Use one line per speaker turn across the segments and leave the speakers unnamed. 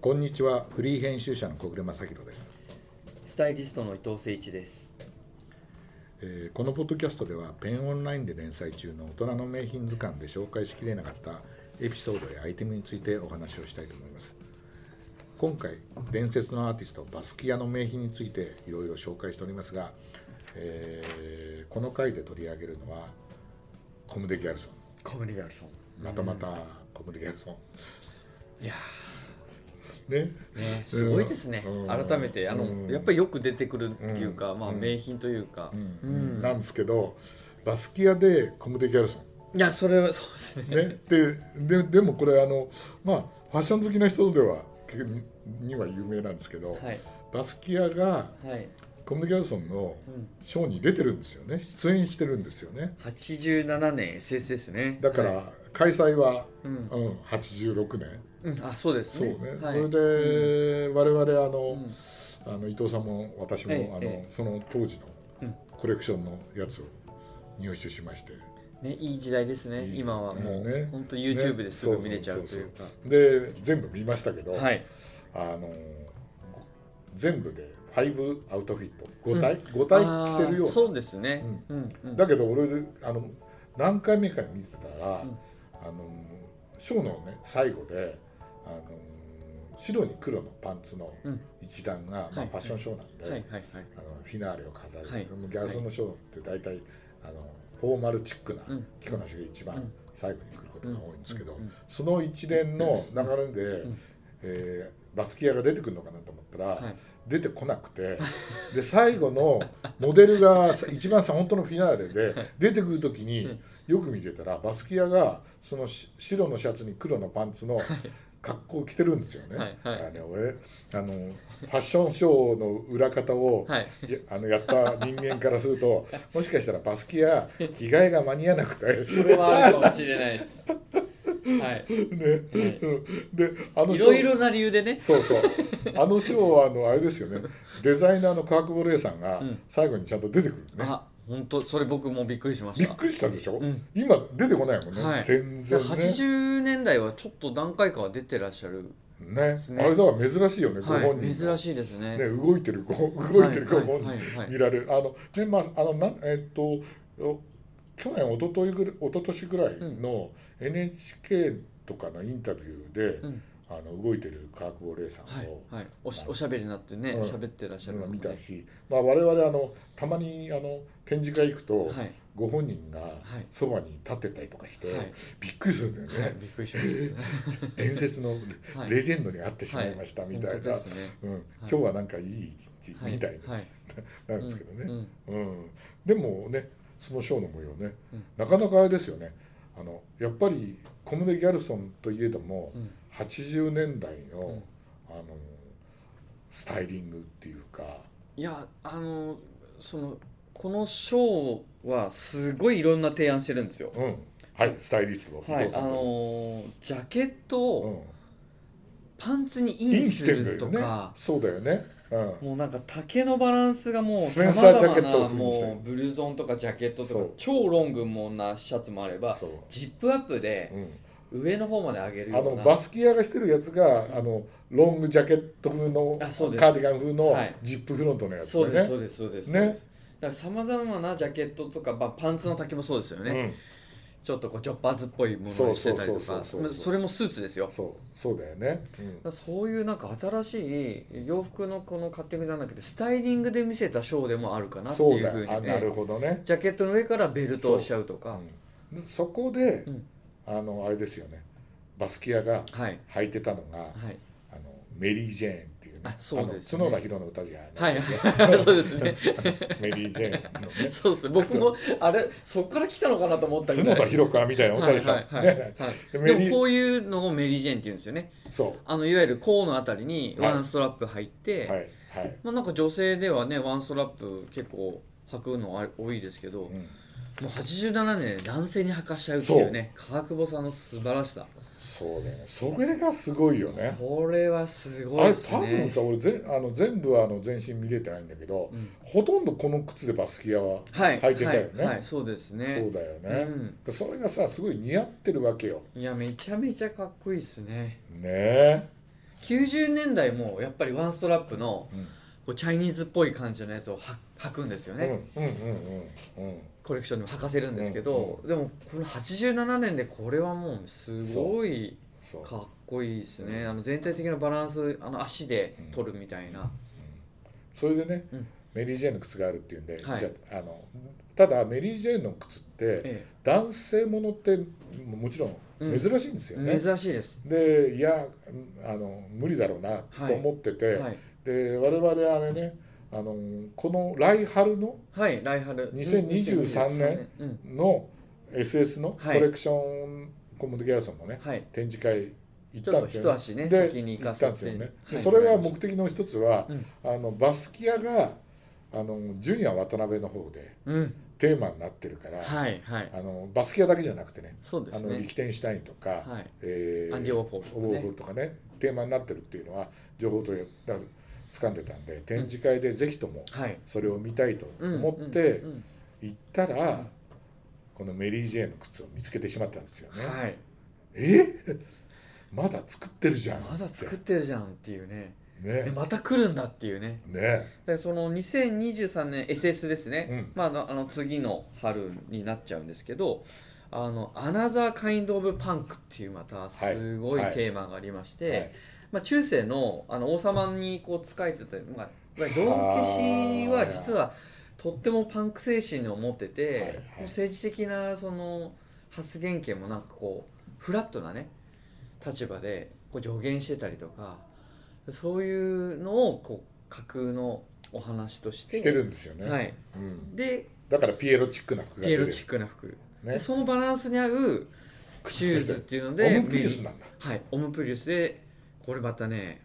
こんにちはフリー編集者の小暮正弘です、
スタイリストの伊藤誠一です。
えーこのポッドキャストではペンオンラインで連載中の大人の名品図鑑で紹介しきれなかったエピソードやアイテムについてお話をしたいと思います今回伝説のアーティストバスキアの名品についていろいろ紹介しておりますが、えーこの回で取り上げるのはコムデ・ギャルソ
コムリガルソン。
ンまたまたコムデ・ギャルソン
いや
ね
ー、ね、すごいですね
うん。
改めてあの、
うん
やっぱりよく出てくるっていうか、
うん
まあ名品というか、
う
うんん
なんですけどバスキアでコムデ・ギャルソン
いやそれはそうですね。
ね、でででもこれあの、まあ、ファッション好きな人ではにには有名なんですけど、
はい
バスキアが
はい。
コムデ・ギャルソンの
うん
ショーに出てるんですよね出演してるんですよね
87年 SS ですね。
だか
はい
ら開催は、
うん、
うん、86年
うん、あそうです
そう
ね。
ね、
はい
それで、我々あの,、
うん
あの伊藤さんも私も、
ええ
あの
え
その当時の
うん
コレクションのやつを入手しまして、
ねいい時代ですね。
いい
今はも
ね
う本当、YouTube ですぐ見れちゃうというか。
で全部見ましたけど、
はい。
あのー全部で5アウトフィット5体、五体着てるよう
あー
な
そうですね。うんうん。
だけど俺あの何回目か見てたら、
ん
あのーショーのね最後で、あのー白に黒のパンツの
うん
一団が、まあ、
はい
ファッションショーなんで、
はいはいはい。
あのフィナーレを飾る、
はい
でもギャルソンのショーって大体あのフォーマルチックな
うん
着こなしが一
う
番
ん
最後に来ることが多いんですけど、
うんうん
その一連の流れで、
ん
えーバスキアが出てくるのかなと思ったら、
はい
出てこなくてで最後のモデルがさ一番さ本当のフィナーレで出てくる時によく見てたらバスキアがそのし白のシャツに黒のパンツの格好を着てるんですよね。
はいはい
あれ俺あのファッションショーの裏方を、
はい
やあのやった人間からするともしかしたらバスキア着替えが間に合わなくて
それはあるかもしれないです。はい。
ね、うんであの
い
ショー
ろいろな理由でね。
そうそうあのショーはあのあれですよねデザイナーの川久保玲さんが
うん
最後にちゃんと出てくるね、
あ、本当それ僕もびっくりしま
び
し。
ったくりしたでしょ、
うん
今出てこないもんね、
はい
全然ね
80年代はちょっと何回かは出てらっしゃる。
ね
すね
あれだから珍しいよね、ご
は
本
い。
人が
珍しいですね。
ね、動いてるご動いてるご本
はい
人
はいはい
見られるあのでまああのなんえっとお去年一昨日ぐらい一昨年ぐらいの NHK とかのインタビューで、
うん
あの動いてる川久保玲さん
はい
を、
はい。おしおしゃべりになってね、
うん
喋ってらっしゃるの
見
で
たし、まあ、我々あのたまにあの展示会行くと、
はい
ご本人が
い
そばに立ってたりとかして、
はい
びっくりするんだよね、
はい。びっくりしました。
伝説の
はい
レジェンドに会ってしまいましたみたいな、
はい本当ですね
うん今日はなんかいい一
は
日みたいな、
はい。
なんですけどね、
うん
うん、でもねそのショーの模様ね、
うん
なかなかあれですよねあのやっぱりコムデ・ギャルソンといえども、
うん
80年代の,、
うん
あのスタイリングっていうか、
いやあのそのこのショーはすごいいろんな提案してるんですよ。
うん、はいスタイリストの伊
はい。
藤
あ
さんと、
のジャケットを、
うん、
パンツに
イ
イン
ン
す
してんだ
ると
よね
か、
そうだよね、うん、
もうなんか丈のバランスがもう
スペン
様
サー
々
ジャケットを
な
封印してる
もうブルゾンとかジャケットと
そ
か
う
超ロングもんなシャツもあれば
そう、
ジップアップで
うん、
上の方まで上げる
あ
よう
の
な
バスキアがしてるやつがあのロングジャケット風のカ
あそう
ー
です
ディガン風の
はい
ジップフロントのやつ
そうです
だ
そ
よ
うですそうです
ね
そうですだからさまざまなジャケットとか、まあ、パンツの丈もそうですよね、
ね。
ちょっとこうジョッパーズっぽいものにしてたり
そう
と
そう
か
そうそうそう
それもスーツです
う
よ
ん、そうそうだよね。うん
そういうなんか新しい洋服のこのカッティングじゃなくてスタイリングで見せたショーでもあるかなって
そう
いう
だ
ふう
あ
に
な
ね
るほどね。
ジャケットの上からベルトをしちゃうとか
うんそこで
うん
あのあれですよね。バスキアが
はい
履いてたのが
はい
あのメリー・ジェーンっていうね
あそうです
あ
ね
の角田博の歌じゃ
はいいはい そうですね
メリー・ジェーンのね
そうですね僕もあれそこから来たのかなと思ったぐ ら
角
い
田博かみたいな歌でした
はいはいはい
ね。
はい
メリ
で
ー
もこういうのをメリージェーンって言うんですよね
そ
あのいわゆる甲のあたりにワンストラップ入っ
う
て、
はいはい。
まあなんか女性ではねワンストラップ結構履くのあ多いですけど、
う
も
ん
う87年で男性に履かしちゃうっていうね川久保さんの素晴らしさ
そうだよね。それがすごいよね。
これはすご
あ
い
れ
です
多分
ね
さ俺ぜあの全部あの全身見れてないんだけど、
うん
ほとんどこの靴でバスキアは
はい
履いてたよね、
はいはい、そうですね
そうだよね、
う
それがさすごい似合ってるわけよ
いやめちゃめちゃかっこいいですね
ねえ
90年代もやっぱりワンストラップの
うん
こうチャイニーズっぽい感じのやつをは履くんですよね、
うんうんうんうん
コレクションでも履かせるんですけど、でもこの87年でこれはもうすごい
そう
かっこいいですねあの全体的なバランスあの足で取るみたいな、
それでね、
うん
メリー・ジェーンの靴があるっていうんで、
はい
じゃああのただメリー・ジェーンの靴って
え
男性ものってももちろん
うん
珍しいんですよね、
え、珍しいです、
でいやあの無理だろうなと思ってて、
はい
で我々あれねあのこの来春の
はい来春
2023年、
うん、
の SS のコ
はい
レクションコムデギャラソンのね、
はい
展示会行
ち
った
ょ
ん
っと
ですよ
一
ね。
足ね
で
先に行
行
か
った
せ
んですよ
て、
ね、
はい
それが目的の一つは、
うん
あのバスキアがあのジュニア渡辺の方で
うん
テーマになってるから、
はいはい
あのバスキアだけじゃなくてね
そうで
あ
す
のリ
ね
キテンシュタインとか、
はい
えー
アンディ・ウォーホールとか
オー
ね
ホルとかねテーマになってるっていうのは情報とやだ掴んでたんで展示会でぜひとも
はい
それを見たいと思っ
う
て
ん
行ったら、
うん
このメリー・ジェーンの靴を見つけてしまったんですよ
うんう
ね。
んはい
え まだ作ってるじゃん
まだ作
っ
ってるじゃんっていうね
てね
でまた来るんだっていうね
ね
でその2023年 SS ですね、
うん
まああのあの次の春になっちゃうんですけど「あのアナザー・カインド・オブ・パンク」っていうまたすごい
はい
テーマがありまして、
はい
まあ、中世のあの王様にこう仕えてた、まあ、いわゆる道化師は実はとってもパンク精神を持ってて、
はいはい
こう政治的なその発言権もなんかこうフラットなね立場でこう助言してたりとかそういうのをこう架空のお話として
してるんですよね、
はい、
うん、
で
だからピエロチックな服が
ピ
出
エ
る
ロチックな服、
ね
でそのバランスに合うシューズっていうので
オムピースなんだ
はい、オムプリウスでこれまたね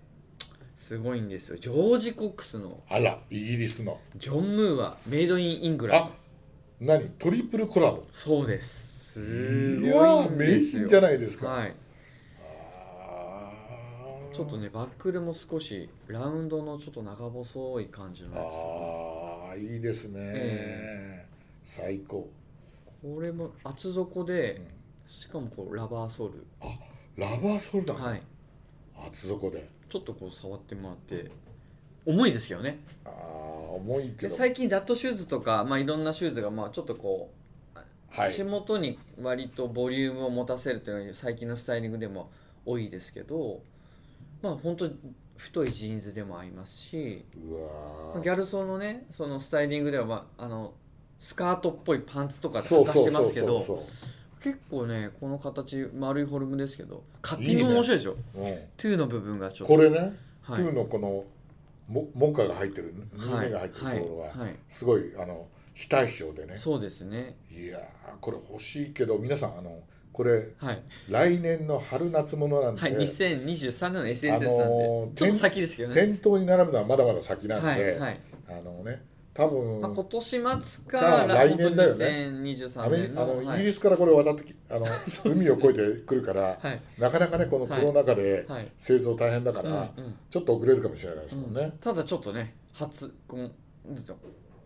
すごいんですよジョージ・コックスの
あらイギリスの
ジョン・ムーアメイド・イン・イングラン
あ
ド
何トリプルコラボ
そうですす
いや
ごい
ー
ん
名
です
品
よ
じゃないですか、
はい、
あー
ちょっとねバックでも少しラウンドのちょっと長細い感じのやつ
ああいいですね、
え
最高、
これも厚底
う
で
ん
しかもこうラバーソール、
あラバーソルダー、
はい、
厚底で
ちょっとこう触ってもらって重いですけどね
ああ重いけ
で
ど、
最近ダットシューズとか、まあ、いろんなシューズがまあちょっとこう
はい、
足元に割とボリュームを持たせるというのが最近のスタイリングでも多いですけどまあ本当に太いジーンズでも合いますし
うわー
ギャルソンのねそのスタイリングでは、まあ、あのスカートっぽいパンツとかで履かしてますけど結構ねこの形丸いフォルムですけどカッティングも面白いでしょ
う、うん、
トゥーの部分がちょっと
これね、
はい
プーのこのもモカが入ってる縫い目が入ってるところは、
はいはい
すごいあの非対称でね
そうですね
いやーこれ欲しいけど皆さんあのこれ
はい、
来年の春夏物なんで、
はい、2023年の SSS なんで、
あのー
ちょっと先ですけどね
店頭に並ぶのはまだまだ先なんで、
はいはい
あのね多分、
まあ、今年末か
から
ら
来年
来
だ
年だ
よ
よ
ね
ね2023
アメリ
年
カあの、
のは
イギ
い
リスからこれ渡ってきあの、
そうです
海
ね
を越えてくるから、
はい
なかなかねこのコロナ禍で
はい
製造大変だから、
うん
ちょっと遅れるかもしれないですもんね、
うんただちょっとね初このなんていうの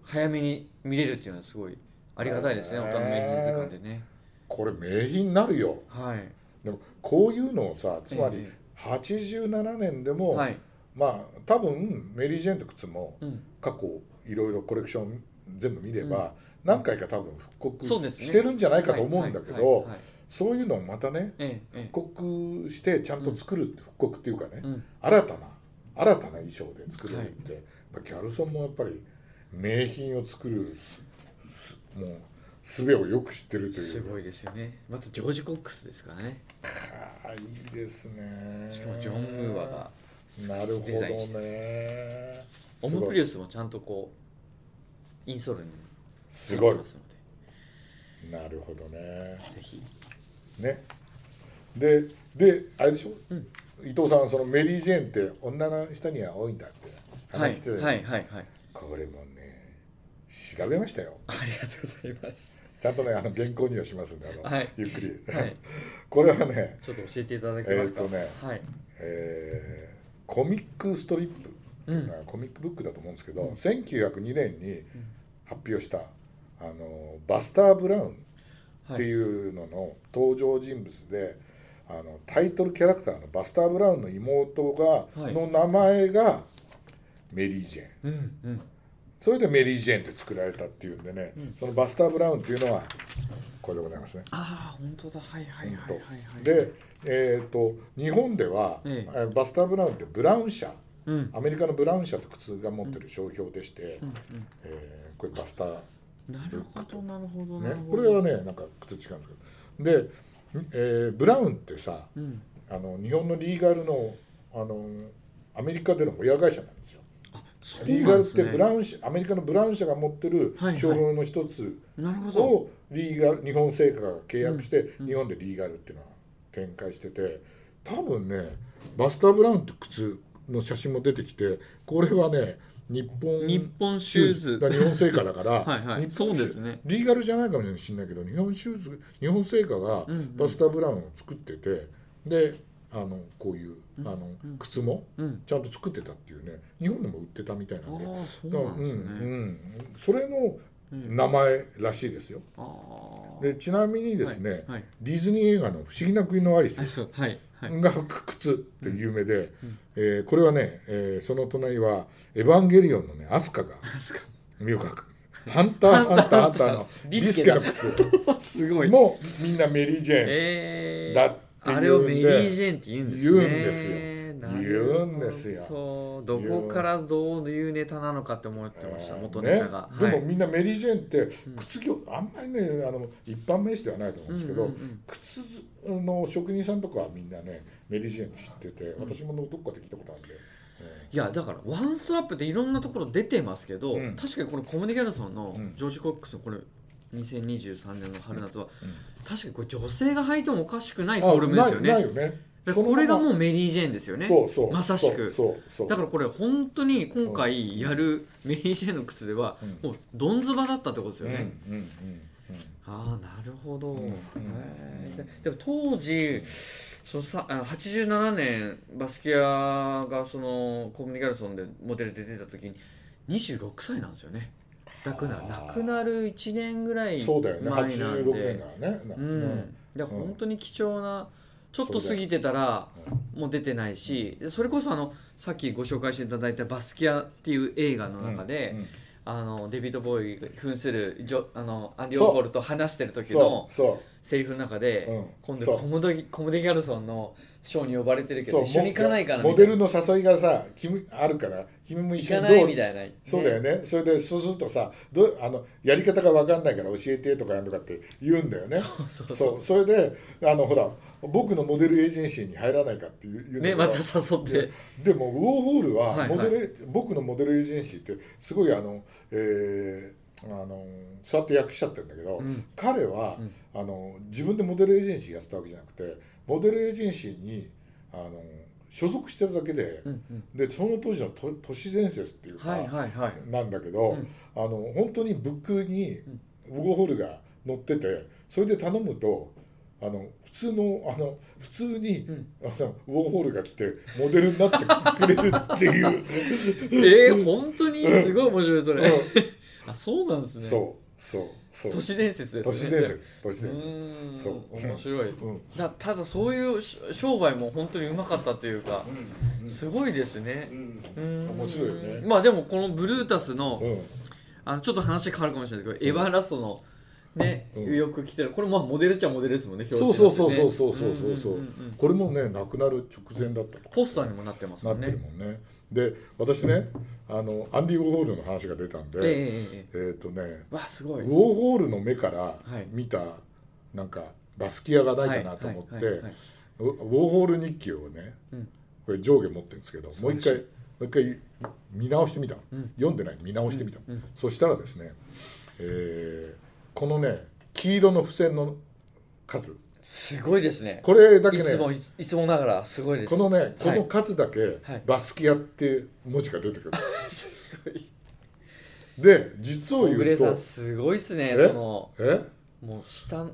早めに見れるっていうのはすごいありがたいですね
ね
大人の名品図鑑でね
これ名品になるよ
はい
でもこういうのをさつまり
え
87年で
え
も、
はい
まあ多分メリー・ジェーンと靴も
うん
過去いろいろコレクション全部見れば、何回か多分復刻
そうですね
してるんじゃないかと思うんだけ
はいはい
ど
はいはい
そういうのをまたね
ええええ
復刻してちゃんと作るって、復刻っていうかね、
うん
新たな新たな衣装で作れるって、やっぱギャルソンもやっぱり名品を作るすすもう術をよく知ってるという
すごいですよねまたジョージ・コックスですからね
あーいいですね
しかもジョン・ムーアが
なるほど
デザインして
ね
オムプリウスもちゃんとこうインソールに
すごい
入ってますの
なるほどね
でぜひ
ねでであれでしょ、伊藤さんそのメリー・ジェーンって女の人には多いんだって
はい
話してたよね
はいはいはい
これもね調べましたよ
ありがとうございます
ちゃんとねあの原稿にはしますんであの、
はい
ゆっくり、
はい
これはね、
ちょっと教えていただけますか。
えーっとね
はい。
えーコミックストリップ、
うん
コミックブックだと思うんですけど、1902年に発表したあのバスター・ブラウン
は
っていうのの登場人物で、あのタイトルキャラクターのバスター・ブラウンの妹が、
はい
の名前がメリー・ジェーン
うんうん
それでメリー・ジェーンって作られたっていうんでね、
うん
そのバスター・ブラウンっていうのはこれでございますね。
ああ本当だはいはいはいはいはい
で、えー、と日本では、
ええ
あバスター・ブラウンってブラウン社
うん
アメリカのブラウン社と靴が持ってる商標でして、
うん
えーこれバスター。
うんなるほどなるほど
ね
なる、ほ
こ
ど
れはねなんか靴違うんですけどで、えーブラウンってさ
うん
あの日本のリーガルのあのアメリカでの親会社なんですよ
あそう
リー
な
ガ
ん
ル
で
っ
す
て
ね
ブラウン社アメリカのブラウン社が持ってる
はいはい
商標の一つ
なるほど
をリーガル日本製菓が契約して、
うん
日本でリーガルっていうのは展開してて多分ねバスター・ブラウンって靴の写真も出てきてこれはね日本
日本シューズ
だから日本製菓だから
はいはい
日本
そうですね
リーガルじゃないかもしれないけど日本シューズ日本製菓が
うんうん
バスター・ブラウンを作ってて、であのこういうあの
うん
靴も
うん
ちゃんと作ってたっていうね日本でも売ってたみたい
ああ
なんでだか
そう
ら
なん
うんう
ですね
んそれの
うん
名前らしいですよ。
ああ
でちなみにですね、
はい
ディズニー映画の「不思議な国のアリス
あ」そうはいはい
が靴って有名で、
うん
えーこれはね、えーその隣は「エヴァンゲリオン」のねアスカが
すか
見よかハンターハンターハンターの
ビ
ビ
ス
ス
ケ
ケ
だ
の靴
すごい
もみんなメリー・ジェーン
えー
だっていうんで
あれをメリー・ジェーンって言うんですね
言うんですよ
なるほど
言うんですよ
どこからどういうネタなのかって思ってました
あー
元ネタが、
ね
はい
でもみんなメリー・ジェーンって靴業、あんまりねあの一般名詞ではないと思うんですけど、
うんうんうん
靴の職人さんとかはみんなねメリー・ジェーン知ってて私もどっかで聞いたことあるんで、
いやだからワンストラップっていろんなところ出てますけど、
うん
確かにこのコムデ・ギャルソンの
うん
ジョージ・コックスのこれ2023年の春夏は
うん
確かにこれ女性が履いてもおかしくないフ
あ
ォルムですよ
ないない
ね
よね
で
そのま
こ
ま
れがもうメリー・ジェーンですよね
そうそう
まさしく
そうそうそう
だからこれ本当に今回やるメリー・ジェーンの靴では
うん
もうどんずばだったってことです
うん
よ
うん
ね、
うんうん
ああなるほど、
うんうん
へえででも当時そのさあ87年バスキアがそのコムニガルソンでモデルで出た時に26歳なんですよね亡くなる
はあ
亡くなる1年ぐらい
そうだよね
前なん
86年だ
で
からねな
うん
うん
いや
うん
本当に貴重なちょっと過ぎてたらもう出てないしでそれこそあのさっきご紹介していただいた「バスキア」っていう映画の中で、
うん
あのデビッド・ボーイが扮するジョあのアンディ・
そう
オーボルと話してる時の
そうそう
セリフの中で、
うん
今度
そう
コムドギコムデギャルソンのショーに呼ばれてるけ
そ
ど
う
一緒に行かないから
モ
み
モ
た
デ
いな
ルの誘いがさ君あるから君も
行
一緒
か
に
ない
どう
みたいな、ね
そうだよねそれでそうするとさどうあのやり方が分かんないから教えてとかなんとかって言うんだよね
そうそうそう
そうそれであのほら僕のモデルエージェンシーに入らないかっていう言うんだけ
ね
ど
また誘って
でもウォーホール
は
はい
はい
モデル、僕のモデルエージェンシーってすごいあの、えーあの座って訳しちゃってるんだけど、
うん
彼は、
うん
あの自分でモデルエージェンシーやってたわけじゃなくてモデルエージェンシーにあの所属してただけで,、
うんうん
でその当時の都都市伝説っていうか、
はいはいはい
なんだけど、
うん
あの本当にブックにウゴホルが載っててそれで頼むとあの普通のあの普通に、
うん
あのウォーホルが来てモデルになってくれるっていう、
えー、本当にすごい面 白いそれ、
う
あそうなんです
ん
ね
そうそうそう
都市伝説ですね
都市伝説都市
う
伝説
ーん
そう
面白い
うん
だただそういうし商売も本当にうまかったというかすごいですねうーん
面白いよね
まあでもこのブルータスの、
うん
あのちょっと話変わるかもしれないですけど、エヴァラストのね、
うん
よく来てるこれまあモデルっちゃモデルですもんね
そうそうそうそう
表
そう
紙
そう
に
そう
なってね
そうん
んん
これもね亡くなる直前だったと
ポスターにもなってます
な
も
っ
ん
て
ね
るもんねで私ねあのアンディ・ウォーホルの話が出たん
えええ
で
ええ
えっ、
え
とね
わあすごい
ウォーホールの目から
い
見た、なんかバスキアがないかなと思って、ウォーホール日記をね
うん
これ上下持ってるんですけど
素
もう一
晴らしい
回もう一回見直してみたの、
うん
読んでない見直してみたの、
うんうん
そしたらですね、えーこのね黄色の付箋の数
すごいですね
これだけ
いつも
ね
いいつもながらすごいです
このねこ
はい
の数だけ、
はい
バスキアって文字が出てくる
すごい
で実を
小
言
暮
う
さ
と
んすごいっすね
え
その
え
もう下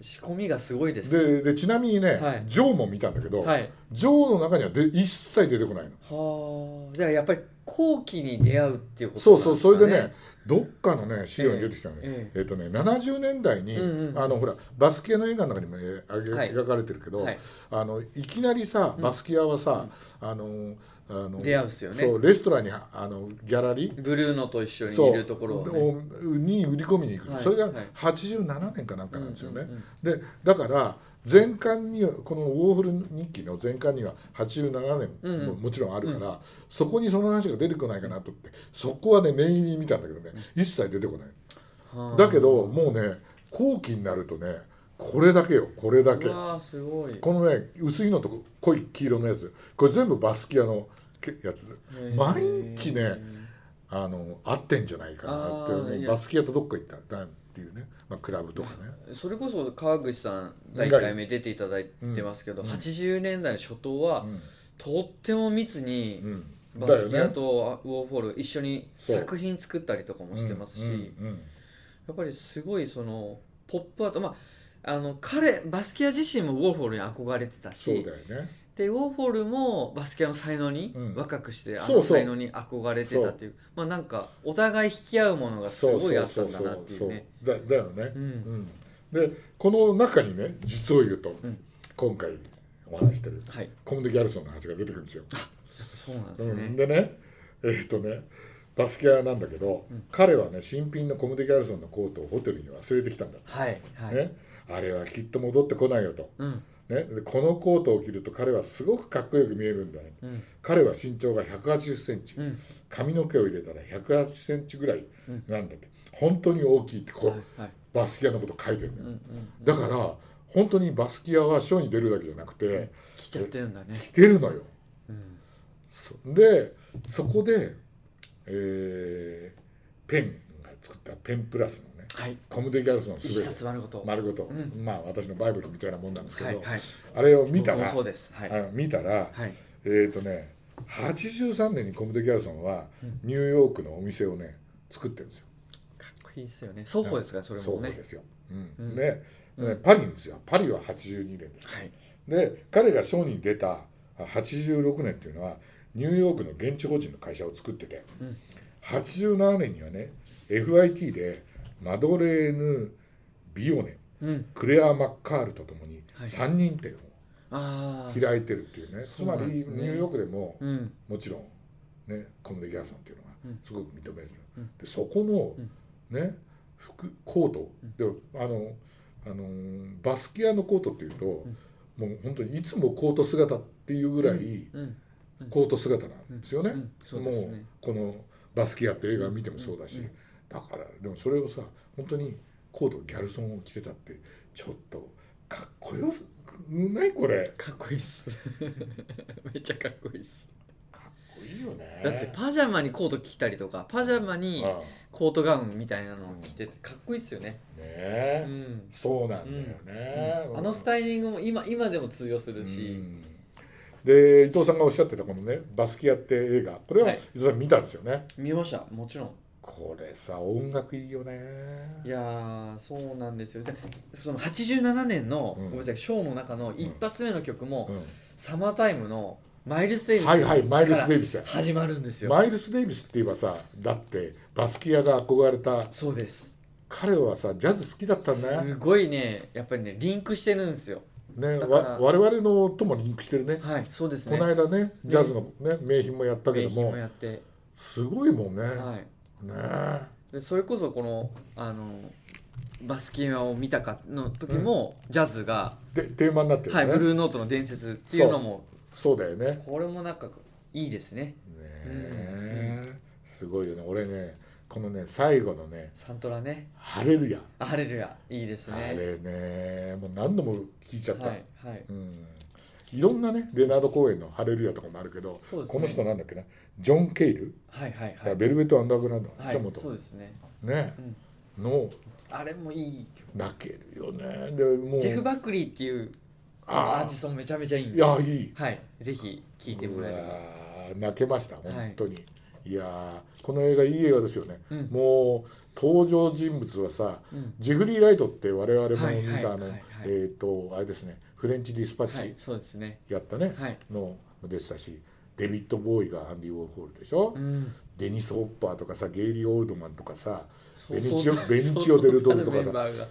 仕込みがすごいで
で
す
でちなみにね、
はい
ジョーも見たんだけど、
はい
ジョーの中にはで一切出てこないの
はあじゃあやっぱり後期に出会うっていうこと
そ
な
う
んですか
そう
ね
それでねどっかのね資料に出てきたのね、え
ええ
っとね70年代に、
うんうん
あのほらバスキアの映画の中にもえあげ、
はい
描かれてるけど、
はい
あのいきなりさバスキアはさ、あのあの
出会うっすよね
そうレストランにああのギャラリー
ブルーノと一緒に
そう
いるところをね
をに売り込みに行く、
はい
それが
はい
87年かなんかなんですよね。
うんうんうん
でだから前巻にはこの「ウォーホル日記」の前巻には87
うん
年
うん
ももちろんあるから、そこにその話が出てこないかなと思ってそこはね念入りに見たんだけどね一切出てこない。
はあ
だけどもうね後期になるとねこれだけよこれだけ
う。わあすごい
このね薄いのと濃い黄色のやつこれ全部バスキアのけやつ毎日ねあの合ってんじゃないかなって
あー
もう
いや
バスキアとどっか行ったなんていうね、まあ、クラブとかね
それこそ川口さん第1回目出ていただいてますけど、
うん
80年代の初頭は、とっても密に
う、ん、うん、
バ
だ
ス
よ
キア
ね
とウォーホル一緒に
そう
作品作ったりとかもしてますし、
うんうん
やっぱりすごいそのポップアートまああの彼バスキア自身もウォーホルに憧れてた
そう
し
だよね
でウォーホルもバスキアの才能に、
うん
若くしてあ
そ
の
うそう
才能に憧れてたっていうまあなんかお互い引き合うものがす
そう
ごい
そ
あ
う
った
そうん
だ
そう
なっていうね
だだよね、
うん
うんでこの中にね実を言うと、
うん
今回お話してる
はい
コムデ・ギャルソンの話が出てくるんですよ
そうなんです
う
ね、
ん、でねえっ、とねバスキアなんだけど、
うん
彼はね新品のコムデ・ギャルソンのコートをホテルに忘れてきたんだ、
はいはい、
ね、あれはきっと戻ってこないよと、
うん
ね、でこのコートを着ると彼はすごくかっこよく見えるんだね
うん
彼は身長が1 8 0センチ
うん
髪の毛を入れたら1 8センチぐらいなんだって、本当に大きいってこう、
はいはい
バスキアのこと書いてるの
うん
よ、
うん
だから本当にバスキアはショーに出るだけじゃなくて
来ちゃってるんだね
着てるのよ
うん
そでそこで、えーペンが作ったペンプラスのね
はい
コムデ・ギャルソンのす
一
べて
冊丸ごと、
丸ごと、
うん
まあ私のバイブルみたいなもんなんですけど、
はいはい
あれを見た
僕
ら、
もそうですはい、
あの見たら
はい
えっ、とね83年にコムデ・ギャルソンは
うん
ニューヨークのお店をね作ってるんですよ。
かっこいいですよね。双方ですから、それも
そう
ね
で。すよ。うん
うん
ね
うん
ねパリですよ。パリは82年です。
はい。
で彼がショーに出たあ86年っていうのはニューヨークの現地法人の会社を作ってて、
うん
87年にはね FIT でマドレーヌ・ビオネ
うん。
クレア・マッカールとともに
はい
3人店を
ああ。
開いてるっていうね、つ
そう
ま
なん
りニ
で
ュ
すね
ーヨークでも
うん。
もちろん、ね、コムデ・ギャルソンっていうのが
うん
すごく認められてる、
うん
でそこ
うん
の、ね、服コート、であのあのーバスキアのコートっていうと、もう本当にいつもコート姿っていうぐらい
うん。うん
コート姿なんですよね、
うんそうですね
もうこの「バスキア」って映画見てもそうだし、
うんうん
だからでもそれをさ本当にコートギャルソンを着てたってちょっとかっこよくないこれ
かっこいいっす。 めっちゃかっこいいっす。
かっこいいよね
だってパジャマにコート着たりとか、パジャマに
ああ
コートガウンみたいなのを着てて、かっこいいっすよね。
ね
う
え、
ん。
そうなんだよね、
あのスタイリングも今今でも通用する
う
し、
んで伊藤さんがおっしゃってたこのね「バスキア」って映画これは
はい
伊藤さん見たんですよね、
見ましたもちろん
これさ音楽いいよね
いやーそうなんですよでその87年の、
うん
ごめんなさいショーの中の一発目の曲も、
うん
サマータイムのマイルス・デイビス
はいはい、マイル
か
ス・
ら
デイビスだよ
始まるんですよ、
マイルス・デイビスって言えばさ、だってバスキアが憧れた、
そうです
彼はさ、ジャズ好きだったんだよ。
すごいねやっぱりねリンクしてるんですよ
ね、
だから
わ我々のともリンクしてるね。
はいそうです
こ
ね
の間ね、ジャズのね、名品もやったけ
名
ど
品
も
も、やって、
すごいもんね。
はい、
ね
でそれこそこのあのバスキアを見たかの時も、ジャズが、
で、テーマになって
は
る
い、ブ
よね。
ルーノートの伝説っていうのも
そうだよね。ね
これもなんかいいですね
えすごいよね。俺ね、このね、最後のね、
サントラね
ハレルヤ。
あれルヤいいです
あ
ね
れね、もう何度も聞いちゃった
は。いはい
うんいろんなねレナード・公演の「ハレルヤ」とかもあるけど、
そうですね
この人なんだっけなジョン・ケイル、
はいはいはい
ベルベット・アンダーグラウンドの
はい
久本、
そうですね、
ね
うん、
の
あれもいい曲
泣けるよねでもう
ジェフ・バックリーっていう
あー
アーティストもめちゃめちゃいいん
い
で
やいい
はいぜひ聴いてもらえれば
うわー泣けました本当に、い、やーこの映画いい映画ですよね、
うん
もう登場人物はさ
うん
ジェフリー・ライトって我々も見た、
はいはい
あの、
はいはい
えっ、とあれですねフレンチ・ディスパ
はい
ッチ
そうですね
やったね、
はい
のでしたしデビッド・ボーイがアンディ・ウォーホールでしょ、
うん、
デニス・ホッパーとかさゲイリー・オールドマンとかさ
そう
ベニチオ
そう
ベニチオデルドルとかさ
そうそうたる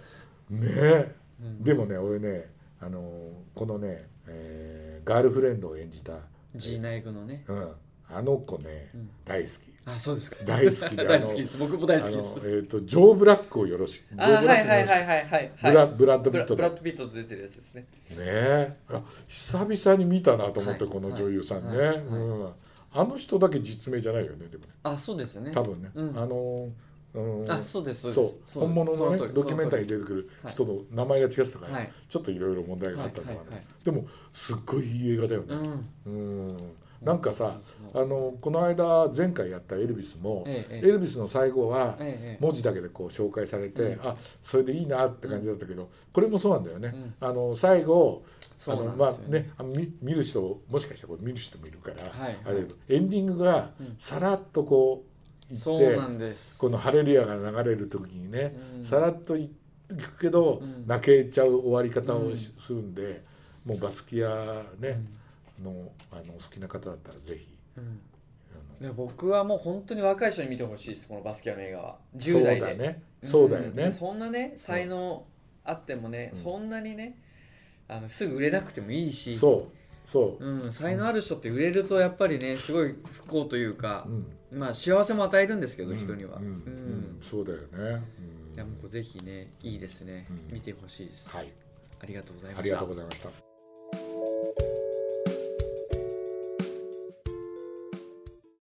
メンバーが
ねえ
うん
でもね俺ねあのーこのね、えーガールフレンドを演じた、
G ナイクのね、
うん、あの子ね、
うん
大好き
あそうですか
大好 きで
大好きです僕も大好
あ
き
の
です、
えー、とジョー・ブラックをよろし
あ
ジョ
は
ー
い
ブラッ
はい
クを
は
よろし
いはいはい
ブ
はい
ラブラッド・ピ
ブ
ッ
ラ
ト
ブ
だ
ラッ
ね
ド・ピットと出てるやつですね
えあ久々に見たなと思って、
はい
この女優さんね、
はいはい
うん、あの人だけ実名じゃないよねでもね
あそうですね
多分ね、
うん
あのーのー
あそうですそう
そう
ですそう
本
です
物のね
そ通り
ドキュメンタリー
そ
に出てくる人の名前が違ってたから、
の通りはい
ちょっといろいろ問題があったのかな、
はいはいはい
でもすっごいいい映画だよ
う
ね
ん
うん、なんかさあ
そうそう
のこの間前回やったエルビスも、
えええ
エ
え
ルビスの最後は
ええ
文字だけでこう紹介されて、
う
あそれでいいなって感じだったけど、これもそうなんだよね、
うん
あの最後
そ
あの
うなん
ま
で
あ
すよ
ねあのみ見る人もしかしたらこれ見る人もいるから、
はいはい
あれだけどエンディングが
うん
さらっとこういって、
そうなんです
この「ハレルヤ」が流れる時にね、
うん
さらっといくけど、
うん
泣けちゃう終わり方をし
う
するんで、もうバスキア
う
ね、
ん
のあの好きな方だったらぜひ
うん
あの
で僕はもう本当に若い人に見てほしいですこのバスケの映画は
そ
10
う
代
だ
で
ねそうだよね、
んそんなね才能あってもね、
うん
そんなにねあのすぐ売れなくてもいいし、
そうそう
ん、才能ある人って売れるとやっぱりねすごい不幸というか
う、うん
まあ幸せも与えるんですけど、
うん
人には、
うんうんそうだよね、うん
いやもうぜひねいいですね、
うん
見てほしいです、
はい
ありがとうございま
あ
した
りがとうございました